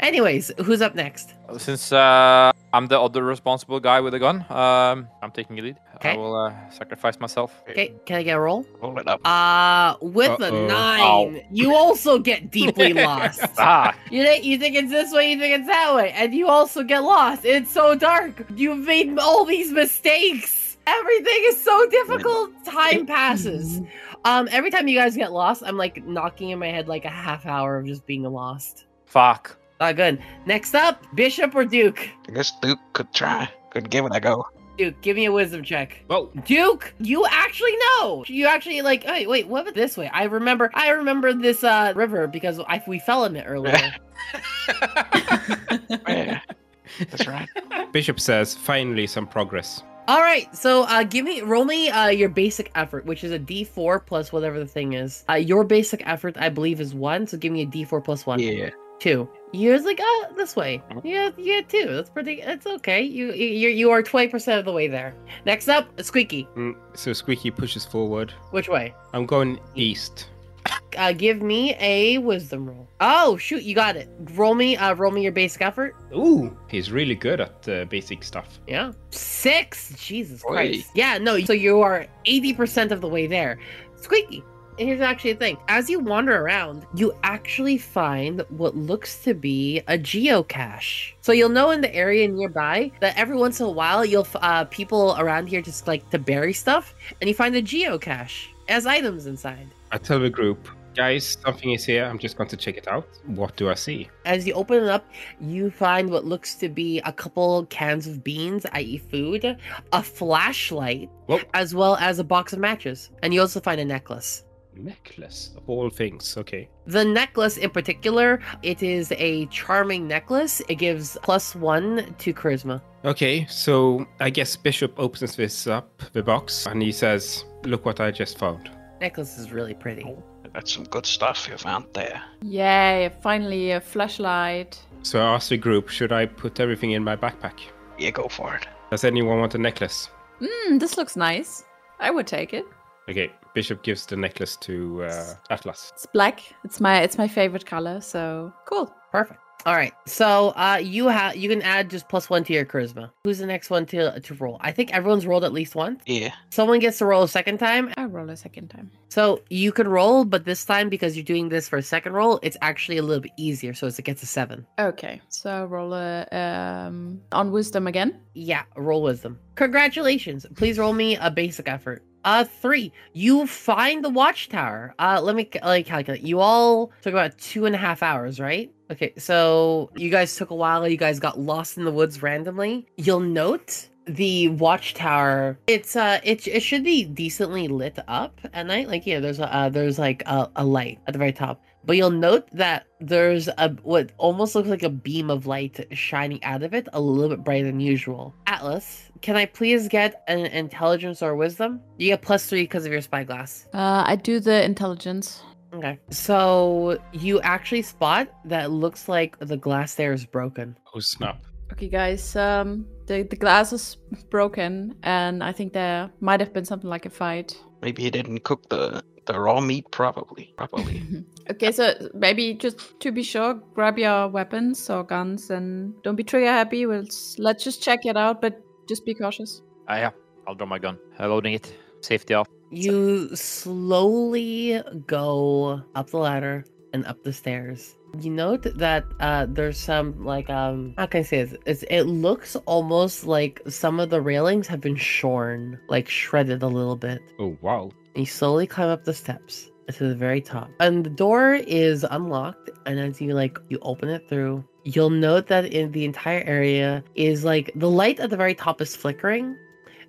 Speaker 2: Anyways, who's up next?
Speaker 5: Since uh, I'm the other responsible guy with a gun, um, I'm taking the lead. I
Speaker 2: Okay.
Speaker 5: will uh, sacrifice myf.
Speaker 2: Okay, can I get a roll?
Speaker 6: Roll it up.
Speaker 2: Uh, with
Speaker 3: Uh-oh.
Speaker 2: a nine, you also get deeply lost.
Speaker 5: Ah,
Speaker 2: You think you think it's this way, you think it's that way, and you also get lost. It's so dark. You've made all these mistakes. Everything is so difficult. Time passes. Um, every time you guys get lost, I'm like knocking in my head like a half hour of just being lost.
Speaker 5: fuck.
Speaker 2: Not good. Next up, Bishop or Duke.
Speaker 6: I guess Duke could try. Could give it a go.
Speaker 2: Duke, give me a wisdom check.
Speaker 3: Whoa.
Speaker 2: Duke, you actually know. You actually like. Wait, wait. What about this way? I remember. I remember this uh river because I, we fell in it earlier.
Speaker 6: Yeah. That's right.
Speaker 3: Bishop says, finally some progress.
Speaker 2: All right. So uh give me roll me uh your basic effort, which is a D4 plus whatever the thing is. Uh, your basic effort, I believe, is one. So give me a D4 plus one.
Speaker 6: Yeah.
Speaker 2: Two. You're just like uh this way. Yeah, yeah. Two. That's pretty. That's okay. You you you are twenty percent of the way there. Next up, Squeaky.
Speaker 3: Mm, so Squeaky pushes forward.
Speaker 2: Which way?
Speaker 3: I'm going east.
Speaker 2: Uh, give me a wisdom roll. Oh shoot, you got it. Roll me. Uh, roll me your basic effort.
Speaker 3: Ooh, he's really good at uh, basic stuff.
Speaker 2: Yeah. Six. Jesus
Speaker 6: Oi.
Speaker 2: Christ. Yeah, no, so you are 80% of the way there. Squeaky. And here's actually a thing. As you wander around, you actually find what looks to be a geocache. So you'll know in the area nearby that every once in a while, you'll f- uh, people around here just like to bury stuff, and you find a geocache as items inside.
Speaker 3: I tell the group, guys, something is here. I'm just going to check it out. What do I see?
Speaker 2: As you open it up, you find what looks to be a couple cans of beans, i.e., food, a flashlight,
Speaker 3: Whoa,
Speaker 2: as well as a box of matches. And you also find a necklace.
Speaker 3: necklace of all things. Okay.
Speaker 2: The necklace in particular, it is a charming necklace. It gives plus one to charisma.
Speaker 3: Okay, so I guess Bishop opens this up, the box, and he says, Look what I just found.
Speaker 2: Necklace is really pretty.
Speaker 6: That's some good stuff you found there.
Speaker 4: Yay, finally a flashlight.
Speaker 3: So I asked the group, Should I put everything in my backpack?
Speaker 6: Yeah, go for it.
Speaker 3: Does anyone want a necklace?
Speaker 4: Mmm, this looks nice. I would take it.
Speaker 3: Okay, Bishop gives the necklace to uh, Atlas.
Speaker 4: It's black. It's my it's my favorite color, so cool.
Speaker 2: Perfect. All right. So uh, you have you can add just plus one to your charisma. Who's the next one to to roll? I think everyone's rolled at least once.
Speaker 6: Yeah.
Speaker 2: Someone gets to roll a second time.
Speaker 4: I roll a second time.
Speaker 2: So you can roll, but this time because you're doing this for a second roll, it's actually a little bit easier. So it's, it gets a seven.
Speaker 4: Okay, so I roll a um on wisdom again.
Speaker 2: Yeah, roll wisdom. Congratulations. Please roll me a basic effort. Uh, three. You find the watchtower. Uh, let me ca- let me calculate. You all took about two and a half hours, right? Okay, so you guys took a while. You guys got lost in the woods randomly. You'll note the watchtower. It's uh, it it should be decently lit up at night. Like yeah, there's a uh, there's like a, a light at the very top. But you'll note that there's a what almost looks like a beam of light shining out of it, a little bit brighter than usual. Atlas, can I please get an intelligence or wisdom? You get plus three because of your spyglass.
Speaker 4: Uh, I do the intelligence.
Speaker 2: Okay. So you actually spot that looks like the glass there is broken.
Speaker 3: Oh, snap.
Speaker 4: Okay, guys. Um, the the glass is broken, and I think there might have been something like a fight.
Speaker 6: Maybe he didn't cook the, the raw meat properly. Properly.
Speaker 4: okay, so maybe just to be sure, grab your weapons or guns, and don't be trigger happy. We'll s- let's just check it out, but just be cautious.
Speaker 5: Ah, yeah, I'll draw my gun. Uh, loading it. Safety off.
Speaker 2: You slowly go up the ladder and up the stairs. You note that uh, there's some like um how can I say this? It's, it looks almost like some of the railings have been shorn, like shredded a little bit.
Speaker 3: Oh, wow.
Speaker 2: And you slowly climb up the steps to the very top. And the door is unlocked. And as you like, you open it through, you'll note that in the entire area is like the light at the very top is flickering.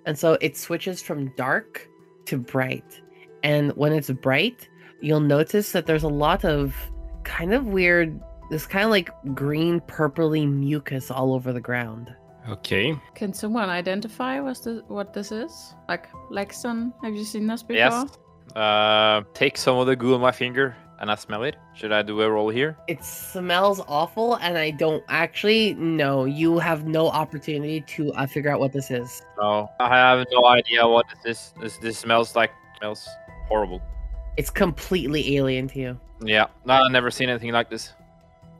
Speaker 2: And so it switches from dark to bright. And when it's bright, you'll notice that there's a lot of kind of weird, this kind of like green, purpley mucus all over the ground.
Speaker 3: Okay.
Speaker 4: Can someone identify what this, what this is? Like Lexton, have you seen this before?
Speaker 5: Yes. Uh, take some of the goo on my finger and I smell it. Should I do a roll here?
Speaker 2: It smells awful, and I don't actually know. You have no opportunity to uh, figure out what this is.
Speaker 5: No, I have no idea what this is. This, this smells like smells horrible.
Speaker 2: It's completely alien to you.
Speaker 5: Yeah, no, I've never seen anything like this.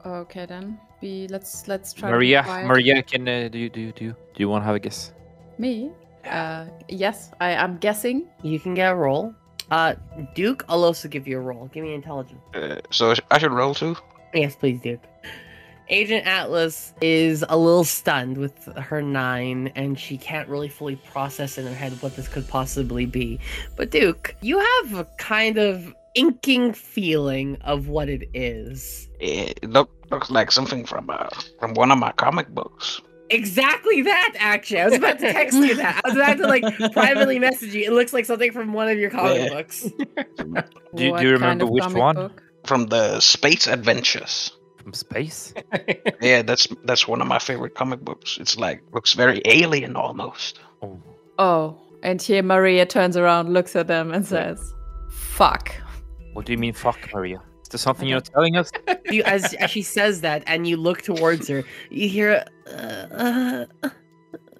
Speaker 4: Okay then. Be let's let's try. to be
Speaker 5: Maria,
Speaker 4: quiet.
Speaker 5: Maria, can uh, do you do you do you, do you want to have a guess?
Speaker 4: Me? Uh, yes, I am guessing.
Speaker 2: You can get a roll. Uh, Duke, I'll also give you a roll. Give me intelligence.
Speaker 6: Uh, so I should roll too?
Speaker 2: Yes, please, Duke. Agent Atlas is a little stunned with her nine, and she can't really fully process in her head what this could possibly be. But, Duke, you have a kind of inking feeling of what it is.
Speaker 6: Yeah, it look, looks like something from uh, from one of my comic books.
Speaker 2: Exactly that, actually. I was about to text you that. I was about to like privately message you. It looks like something from one of your comic
Speaker 6: Yeah.
Speaker 2: books.
Speaker 5: Do you- do
Speaker 4: What
Speaker 5: you
Speaker 4: kind
Speaker 5: remember
Speaker 4: of
Speaker 5: which
Speaker 4: comic
Speaker 5: one?
Speaker 4: book?
Speaker 6: From the Space Adventures.
Speaker 5: From space?
Speaker 6: Yeah, that's that's one of my favorite comic books. It's like looks very alien almost.
Speaker 5: Oh.
Speaker 4: Oh, and here Maria turns around, looks at them, and
Speaker 5: Yeah.
Speaker 4: says, "Fuck."
Speaker 5: What do you mean, fuck, Maria? Is there something you're not telling us?
Speaker 2: You, as, as she says that, and you look towards her, you hear uh, uh,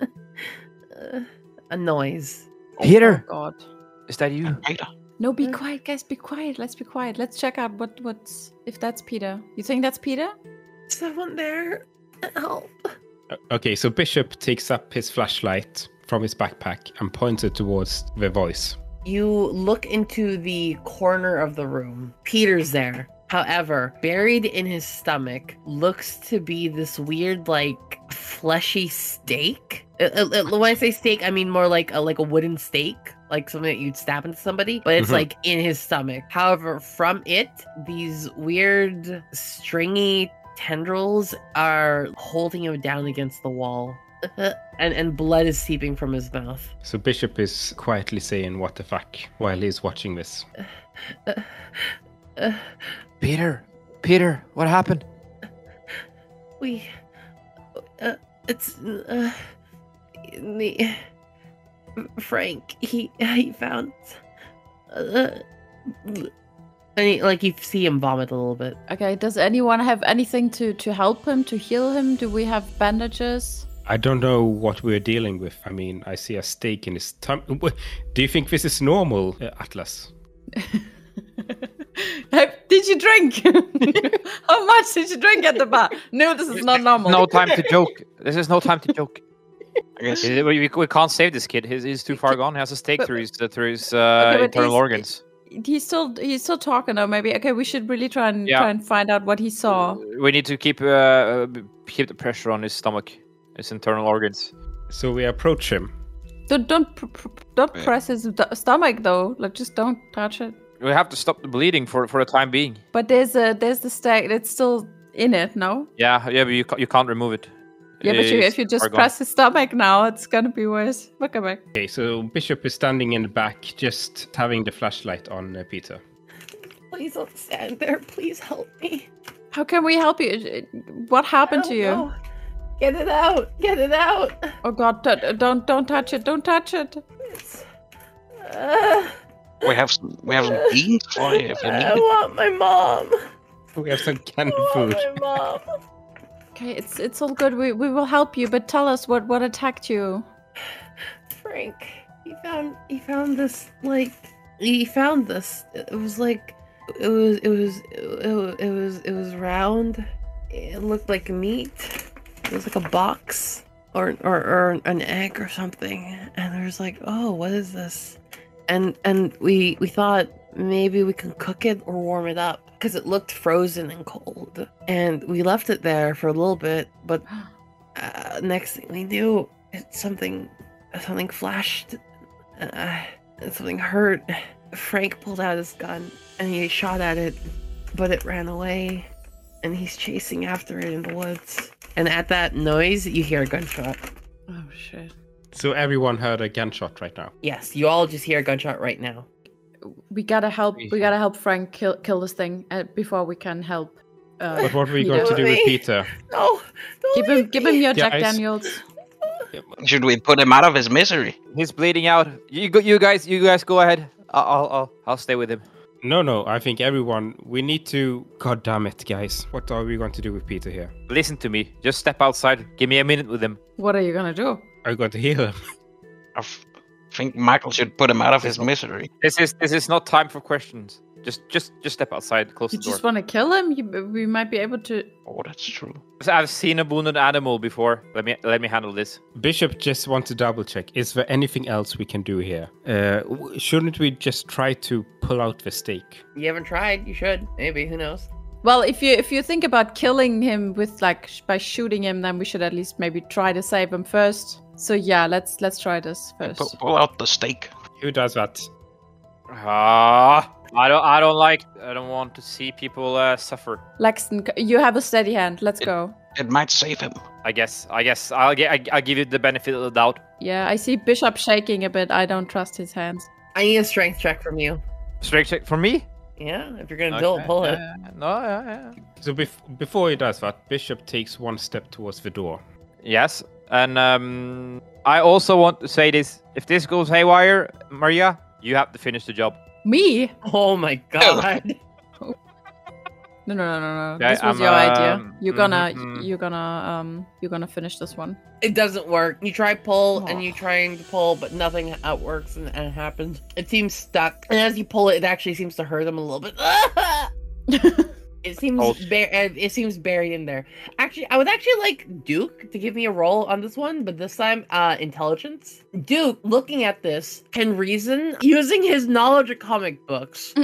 Speaker 2: uh, a noise.
Speaker 4: Oh, God.
Speaker 5: Is that you?
Speaker 6: Peter,
Speaker 4: No, be quiet, guys. Be quiet. Let's be quiet. Let's check out what what's if that's Peter. You think that's Peter?
Speaker 2: Someone there. Help.
Speaker 3: Uh, Okay, so Bishop takes up his flashlight from his backpack and points it towards the voice.
Speaker 2: You look into the corner of the room. Peter's there. However, buried in his stomach looks to be this weird, like fleshy steak. It- it- it- when I say steak, I mean more like a like a wooden steak, like something that you'd stab into somebody, but it's
Speaker 3: Mhm.
Speaker 2: like in his stomach. However, from it, these weird stringy tendrils are holding him down against the wall, and and blood is seeping from his mouth.
Speaker 3: So Bishop is quietly saying, What the fuck, while he's watching this.
Speaker 5: Peter, Peter, what happened?
Speaker 2: We. Uh, it's. Uh, the. Frank, he he found. Uh, and he, like you see him vomit a little bit.
Speaker 4: Okay. Does anyone have anything to to help him to heal him? Do we have bandages?
Speaker 3: I don't know what we're dealing with. I mean, I see a stake in his tum Wh- Do you think this is normal, uh, Atlas?
Speaker 4: did you drink? How much did you drink at the bar? No, this is not normal.
Speaker 5: No time to joke. This is no time to joke.
Speaker 6: I guess
Speaker 5: We, we- we can't save this kid. He's, he's too far gone. He has a stake
Speaker 4: But-
Speaker 5: through his, through his uh,
Speaker 4: Okay, but
Speaker 5: internal
Speaker 4: he's-
Speaker 5: organs.
Speaker 4: He's still he's still talking though. Maybe okay. We should really try and
Speaker 5: Yeah.
Speaker 4: try and find out what he saw.
Speaker 5: We need to keep uh, uh, keep the pressure on his stomach, his internal organs.
Speaker 3: So we approach him.
Speaker 4: Don't don't pr- pr- don't
Speaker 6: Yeah.
Speaker 4: press his d- stomach though. Like just don't touch it.
Speaker 5: We have to stop the bleeding for for the time being.
Speaker 4: But there's a there's the stag that's still in it. No.
Speaker 5: Yeah, yeah, but you ca- you can't remove it.
Speaker 4: Yeah, but you,
Speaker 5: It's
Speaker 4: if you
Speaker 5: too
Speaker 4: just
Speaker 5: far gone.
Speaker 4: press his stomach now, it's gonna be worse. Look at me.
Speaker 3: Okay, so Bishop is standing in the back, just having the flashlight on uh, Peter.
Speaker 2: Please don't stand there. Please help me.
Speaker 4: How can we help you? What happened to you?
Speaker 2: Get it out. Get it out.
Speaker 4: Oh God! Don't, don't don't touch it! Don't touch it!
Speaker 2: It's, uh,
Speaker 6: we have some, we have some beans for you. If you need. it.
Speaker 2: want my mom.
Speaker 3: We have some canned food.
Speaker 2: mom.
Speaker 4: Okay, it's it's all good. We we will help you, but tell us what what attacked you.
Speaker 2: Frank, he found he found this like he found this. It was like it was it was it was it was, it was round. It looked like meat. It was like a box or or or an egg or something. And there's like, oh, what is this? And and we we thought maybe we can cook it or warm it up because it looked frozen and cold. And we left it there for a little bit, but uh, next thing we knew, it's something something flashed uh, and something hurt. Frank pulled out his gun and he shot at it, but it ran away and he's chasing after it in the woods. And at that noise, you hear a gunshot.
Speaker 4: Oh shit!
Speaker 3: So everyone heard a gunshot right now.
Speaker 2: Yes, you all just hear a gunshot right now.
Speaker 4: We gotta help. We gotta help Frank kill kill this thing uh, before we can help. Uh,
Speaker 3: But what are we
Speaker 4: Peter.
Speaker 3: going to do with
Speaker 2: Wait.
Speaker 3: Peter?
Speaker 2: No, don't
Speaker 4: give him give him your Jack
Speaker 3: I s-
Speaker 4: Daniels.
Speaker 6: Should we put him out of his misery?
Speaker 5: He's bleeding out. You go, you guys, you guys go ahead. I'll I'll I'll, I'll stay with him.
Speaker 3: No, no, I think everyone, we need to. God damn it, guys. What are we going to do with Peter here?
Speaker 5: Listen to me. Just step outside. Give me a minute with him.
Speaker 4: What are you gonna do?
Speaker 3: Are we going to heal him?
Speaker 6: I f- think Michael should put him out of his misery.
Speaker 5: This is this is not time for questions. Just just just step outside. Close
Speaker 4: You
Speaker 5: the door.
Speaker 4: just want to kill him? You, we might be able to.
Speaker 6: Oh, that's true.
Speaker 5: I've seen a wounded animal before. Let me let me handle this.
Speaker 3: Bishop just wants to double check. Is there anything else we can do here? Uh, w- shouldn't we just try to pull out the stake?
Speaker 2: You haven't tried. You should. Maybe. Who knows?
Speaker 4: Well, if you if you think about killing him with like sh- by shooting him, then we should at least maybe try to save him first. So yeah, let's let's try this first.
Speaker 6: Pull, pull out the stake.
Speaker 3: Who does that?
Speaker 5: Ah, I don't I don't like I don't want to see people uh, suffer.
Speaker 4: Lexton, c- you have a steady hand. Let's
Speaker 6: It-
Speaker 4: go.
Speaker 6: It might save him.
Speaker 5: I guess I guess I'll get I, I'll give you the benefit of the doubt.
Speaker 4: Yeah, I see Bishop shaking a bit. I don't trust his hands.
Speaker 2: I need a strength check from you.
Speaker 5: Straight check for me.
Speaker 2: Yeah, if you're gonna do it, pull it.
Speaker 5: Yeah, yeah, no, yeah, yeah.
Speaker 3: So bef- before he does that, Bishop takes one step towards the door.
Speaker 5: Yes, and um, I also want to say this. If this goes haywire, Maria, you have to finish the job.
Speaker 4: Me?
Speaker 2: Oh my god!
Speaker 4: No, no, no, no, no.
Speaker 5: Yeah,
Speaker 4: this was
Speaker 5: I'm,
Speaker 4: your idea.
Speaker 5: um,
Speaker 4: You're gonna,
Speaker 5: mhm.
Speaker 4: you're gonna, um, you're gonna finish this one.
Speaker 2: It doesn't work. You try pull
Speaker 4: Aw.
Speaker 2: and you trying to pull, but nothing outworks and, and happens. It seems stuck. And as you pull it, it actually seems to hurt them a little bit. it seems
Speaker 5: Oh.
Speaker 2: ba- uh, it seems buried in there. Actually, I would actually like Duke to give me a roll on this one, but this time uh intelligence. Duke, looking at this, can reason using his knowledge of comic books.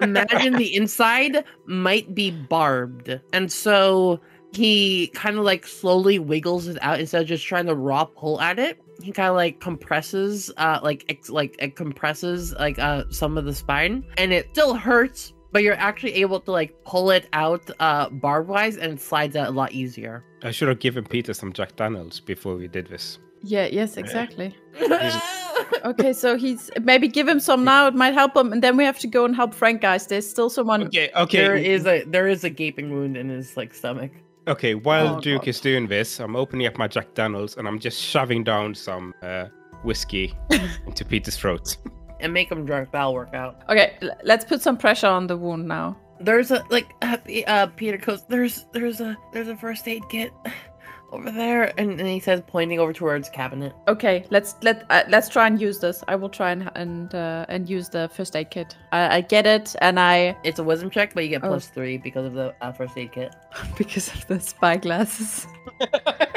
Speaker 2: imagine the inside might be barbed. And so he kind of like slowly wiggles it out instead of just trying to raw pull at it. He kind of like compresses, uh, like ex- like it compresses like uh some of the spine, and it still hurts, but you're actually able to like pull it out uh barb wise, and it slides out a lot easier.
Speaker 3: I should have given Peter some Jack Daniels before we did this.
Speaker 4: Yeah. Yes. Exactly. Okay. So he's maybe give him some now. It might help him, and then we have to go and help Frank, guys. There's still someone.
Speaker 3: Okay,
Speaker 2: there
Speaker 3: okay,
Speaker 2: is a there is a gaping wound in his like stomach.
Speaker 3: okay. While
Speaker 4: Oh,
Speaker 3: Duke
Speaker 4: God.
Speaker 3: is doing this, I'm opening up my Jack Daniels and I'm just shoving down some uh, whiskey into Peter's throat.
Speaker 2: And make him drunk. That'll work out.
Speaker 4: Okay. l- let's put some pressure on the wound now.
Speaker 2: there's a like uh, P- uh peter goes there's there's a there's a first aid kit over there and, and he says pointing over towards cabinet
Speaker 4: Okay. Let's let uh, let's try and use this. I will try and and uh, and use the first aid kit. I, I get it, and I
Speaker 2: it's a wisdom check but you get
Speaker 4: Oh.
Speaker 2: plus three because of the uh, first aid kit
Speaker 4: because of the spy glasses.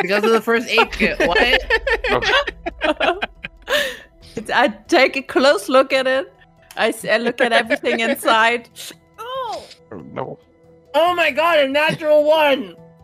Speaker 2: because of the first aid kit what
Speaker 4: It's- I take a close look at it. I, s- I look at everything inside. Oh,
Speaker 6: Oh, no.
Speaker 2: oh my god a natural one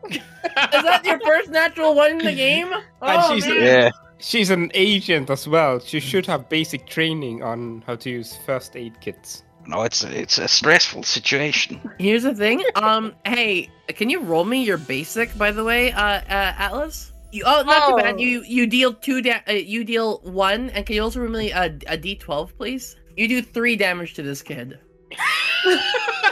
Speaker 2: is that your first natural one in the game oh
Speaker 3: she's-
Speaker 2: man.
Speaker 6: Yeah.
Speaker 3: She's an agent as well. She should have basic training on how to use first aid kits.
Speaker 6: No, it's it's a stressful situation.
Speaker 2: here's the thing um hey can you roll me your basic by the way uh, uh atlas you, oh, not too
Speaker 4: Oh.
Speaker 2: bad. You you deal two da- uh, you deal one, and can you also roll me a, a d twelve, please? You do three damage to this kid.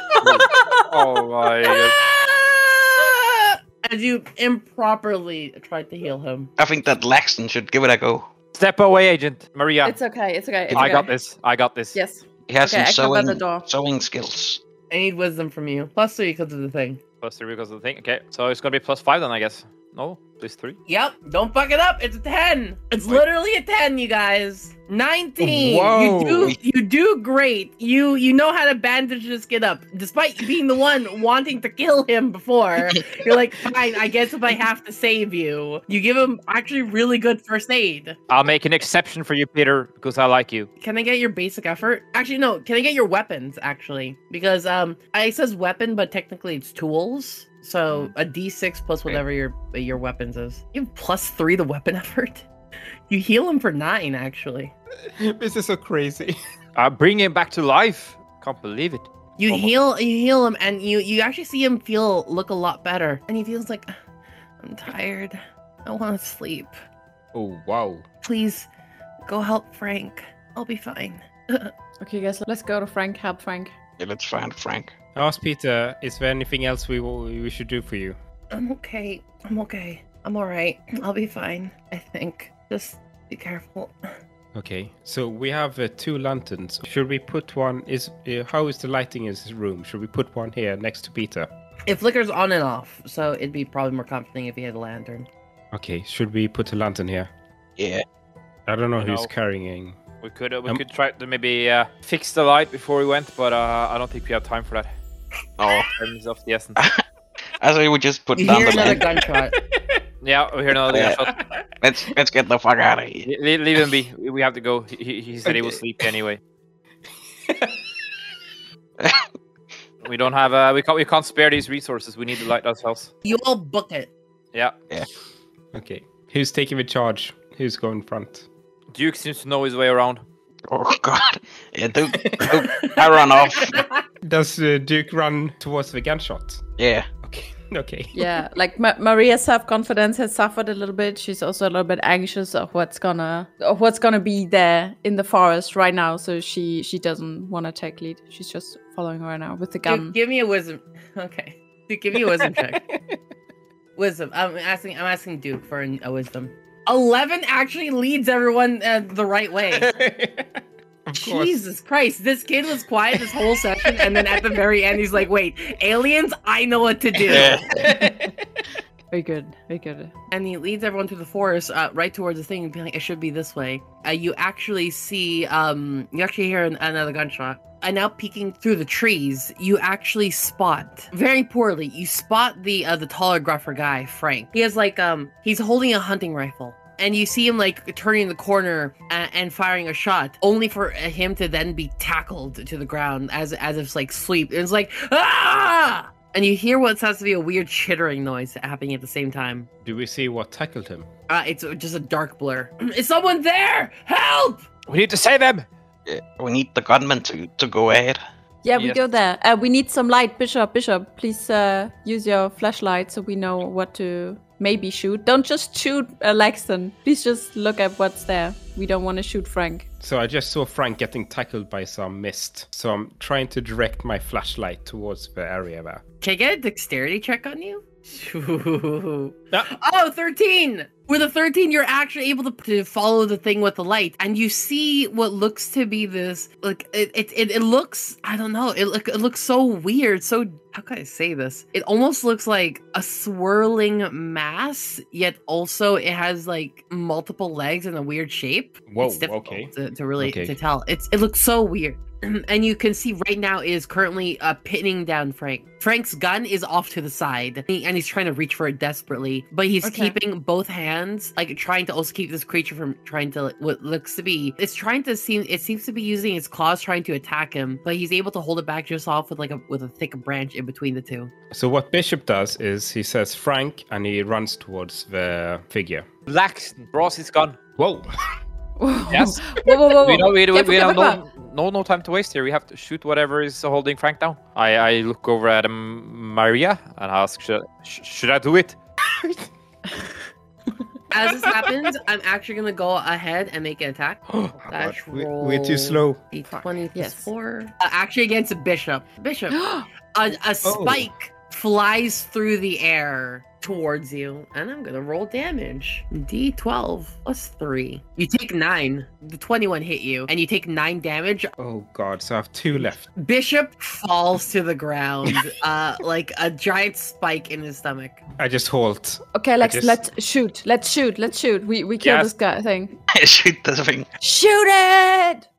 Speaker 5: oh my god.
Speaker 4: Ah!
Speaker 2: As you improperly tried to heal him.
Speaker 6: I think that Laxton should give it a go.
Speaker 5: Step away, agent. Maria.
Speaker 4: it's okay. It's okay. It's
Speaker 5: I
Speaker 4: okay.
Speaker 5: got this. I got this.
Speaker 4: Yes.
Speaker 6: He has
Speaker 4: Okay, I
Speaker 6: some
Speaker 4: come by the
Speaker 6: sewing,
Speaker 4: door.
Speaker 6: sewing skills.
Speaker 2: I need wisdom from you. Plus three because of the thing.
Speaker 5: Plus three because of the thing. Okay. So it's gonna be plus five then, I guess. No, plus three.
Speaker 2: Yep. Don't fuck it up. It's a ten. It's literally a ten, you guys. Nineteen.
Speaker 3: Whoa.
Speaker 2: You do you do great. You you know how to bandage this kid up. Despite being the one wanting to kill him before. You're like, fine, I guess if I have to save you. You give him actually really good first aid.
Speaker 5: I'll make an exception for you, Peter, because I like you.
Speaker 2: Can I get your basic effort? Actually, no. Can I get your weapons? Actually, because um, I says weapon, but technically it's tools. So a D six plus
Speaker 5: Okay.
Speaker 2: whatever your your weapons is. You have plus three to weapon effort. You heal him for nine, actually.
Speaker 3: this is so crazy.
Speaker 5: Uh, bring him back to life. Can't believe it.
Speaker 2: You
Speaker 5: Oh my-
Speaker 2: heal you heal him, and you you actually see him feel look a lot better, and he feels like I'm tired. I want to sleep.
Speaker 3: Oh wow.
Speaker 2: Please go help Frank. I'll be fine.
Speaker 4: Okay, guys. Let's go to Frank. Help Frank.
Speaker 6: Yeah, let's find Frank.
Speaker 3: I asked Peter, is there anything else we will, we should do for you?
Speaker 2: I'm okay. I'm okay. I'm all right. I'll be fine. I think. Just be careful.
Speaker 3: Okay, so we have uh, two lanterns. Should we put one? Is uh, how is the lighting in this room? Should we put one here next to Peter?
Speaker 2: It flickers on and off, so it'd be probably more comforting if you had a lantern.
Speaker 3: Okay, should we put a lantern here?
Speaker 6: Yeah.
Speaker 3: I don't know
Speaker 5: I
Speaker 3: who's
Speaker 5: know.
Speaker 3: carrying.
Speaker 5: We could uh, we
Speaker 3: Um,
Speaker 5: could try to maybe uh, fix the light before we went, but uh, I don't think we have time for that.
Speaker 6: Oh,
Speaker 5: Time is of the essence.
Speaker 6: I say we just put
Speaker 2: You
Speaker 6: down
Speaker 2: hear
Speaker 6: the
Speaker 2: another
Speaker 6: lantern.
Speaker 2: gunshot.
Speaker 5: Yeah, we hear another
Speaker 6: Yeah.
Speaker 5: shot.
Speaker 6: Let's let's get the fuck out of here.
Speaker 5: Le- leave him be. We- We have to go. He- He, he said he will
Speaker 3: Okay.
Speaker 5: sleep anyway. we don't have. Uh, we can't. We can't spare these resources. We need to light ourselves.
Speaker 2: You all book it.
Speaker 5: Yeah.
Speaker 3: Okay, who's taking the charge? Who's going front?
Speaker 5: Duke seems to know his way around.
Speaker 6: Oh god. Yeah, Duke, Duke, I run off.
Speaker 3: Does uh, Duke run towards the gunshot?
Speaker 6: Yeah.
Speaker 3: Okay, okay.
Speaker 4: Yeah. Like Ma- Maria's self-confidence has suffered a little bit. She's also a little bit anxious of what's gonna of what's gonna be there in the forest right now. So she she doesn't want to take lead. She's just following right now with the
Speaker 2: Dude,
Speaker 4: gun.
Speaker 2: give me a wisdom. Okay. Dude, give me a wisdom check. Wisdom. I'm asking. I'm asking Duke for an- a wisdom. Eleven actually leads everyone uh, the right way.
Speaker 3: Of course.
Speaker 2: Jesus Christ, this kid was quiet this whole session, and then at the very end, he's like, wait, aliens, I know what to do.
Speaker 4: Very good. Very good.
Speaker 2: and he leads everyone through the forest, uh, right towards the thing, and being like, it should be this way. Uh, you actually see, um, you actually hear an- another gunshot. And now peeking through the trees, you actually spot very poorly. You spot the uh, the taller, gruffer guy, Frank. He has like um, he's holding a hunting rifle, and you see him like turning the corner and, and firing a shot, only for him to then be tackled to the ground as as if like sleep. It's like ah, and you hear what sounds to be a weird chittering noise happening at the same time.
Speaker 3: Do we see what tackled him?
Speaker 2: Uh, it's uh, just a dark blur. Is someone there? Help!
Speaker 5: We need to save him.
Speaker 6: Yeah, we need the gunman to, to go ahead.
Speaker 4: Yeah, we
Speaker 5: Yes.
Speaker 4: go there. Uh, we need some light, Bishop. Bishop, please uh, use your flashlight so we know what to maybe shoot. Don't just shoot uh, Laxton. Please just look at what's there. We don't want to shoot Frank.
Speaker 3: So I just saw Frank getting tackled by some mist. So I'm trying to direct my flashlight towards the area there.
Speaker 2: Can I get a dexterity check on you?
Speaker 3: Ah.
Speaker 2: Oh, 13! With a 13, you're actually able to, to follow the thing with the light, and you see what looks to be this. Like, it, it, it, it looks, I don't know, it, look, it looks so weird. So, how can I say this? It almost looks like a swirling mass, yet also it has like multiple legs and a weird shape.
Speaker 3: Whoa,
Speaker 2: it's difficult
Speaker 3: okay.
Speaker 2: to, to really
Speaker 3: Okay.
Speaker 2: to tell. It's it looks so weird. And you can see right now it is currently uh, pinning down Frank. Frank's gun is off to the side, and he- and he's trying to reach for it desperately. But he's
Speaker 4: Okay.
Speaker 2: keeping both hands, like trying to also keep this creature from trying to what looks to be. It's trying to seem. It seems to be using its claws trying to attack him, but he's able to hold it back just off with like a with a thick branch in between the two.
Speaker 3: So what Bishop does is he says Frank and he runs towards the figure.
Speaker 5: Laxton draws his gun.
Speaker 3: Whoa.
Speaker 5: Yes.
Speaker 4: whoa, whoa, whoa, whoa.
Speaker 5: We don't. We, we,
Speaker 4: Careful,
Speaker 5: we don't.
Speaker 4: careful,
Speaker 5: No, no, no time to waste here. We have to shoot whatever is holding Frank down. I, I look over at um, Maria and ask, should, I- sh- should I do it?
Speaker 2: As this happens, I'm actually gonna go ahead and make an attack. Dash
Speaker 3: Oh We-
Speaker 2: roll.
Speaker 3: We're too slow.
Speaker 2: D20 plus
Speaker 4: Yes.
Speaker 2: four. Uh, actually, against Bishop. Bishop. a, a
Speaker 3: Oh.
Speaker 2: spike flies through the air towards you, and I'm gonna roll damage. D12 plus three. You take nine. The 21 hit you, and you take nine damage.
Speaker 3: Oh god, so I have two left.
Speaker 2: Bishop falls to the ground, uh, like a giant spike in his stomach.
Speaker 3: I just halt.
Speaker 4: okay, Lex,
Speaker 3: just-
Speaker 4: let's shoot. Let's shoot. Let's shoot. We we kill
Speaker 5: Yes.
Speaker 4: this guy thing.
Speaker 6: Shoot the thing.
Speaker 4: Shoot it!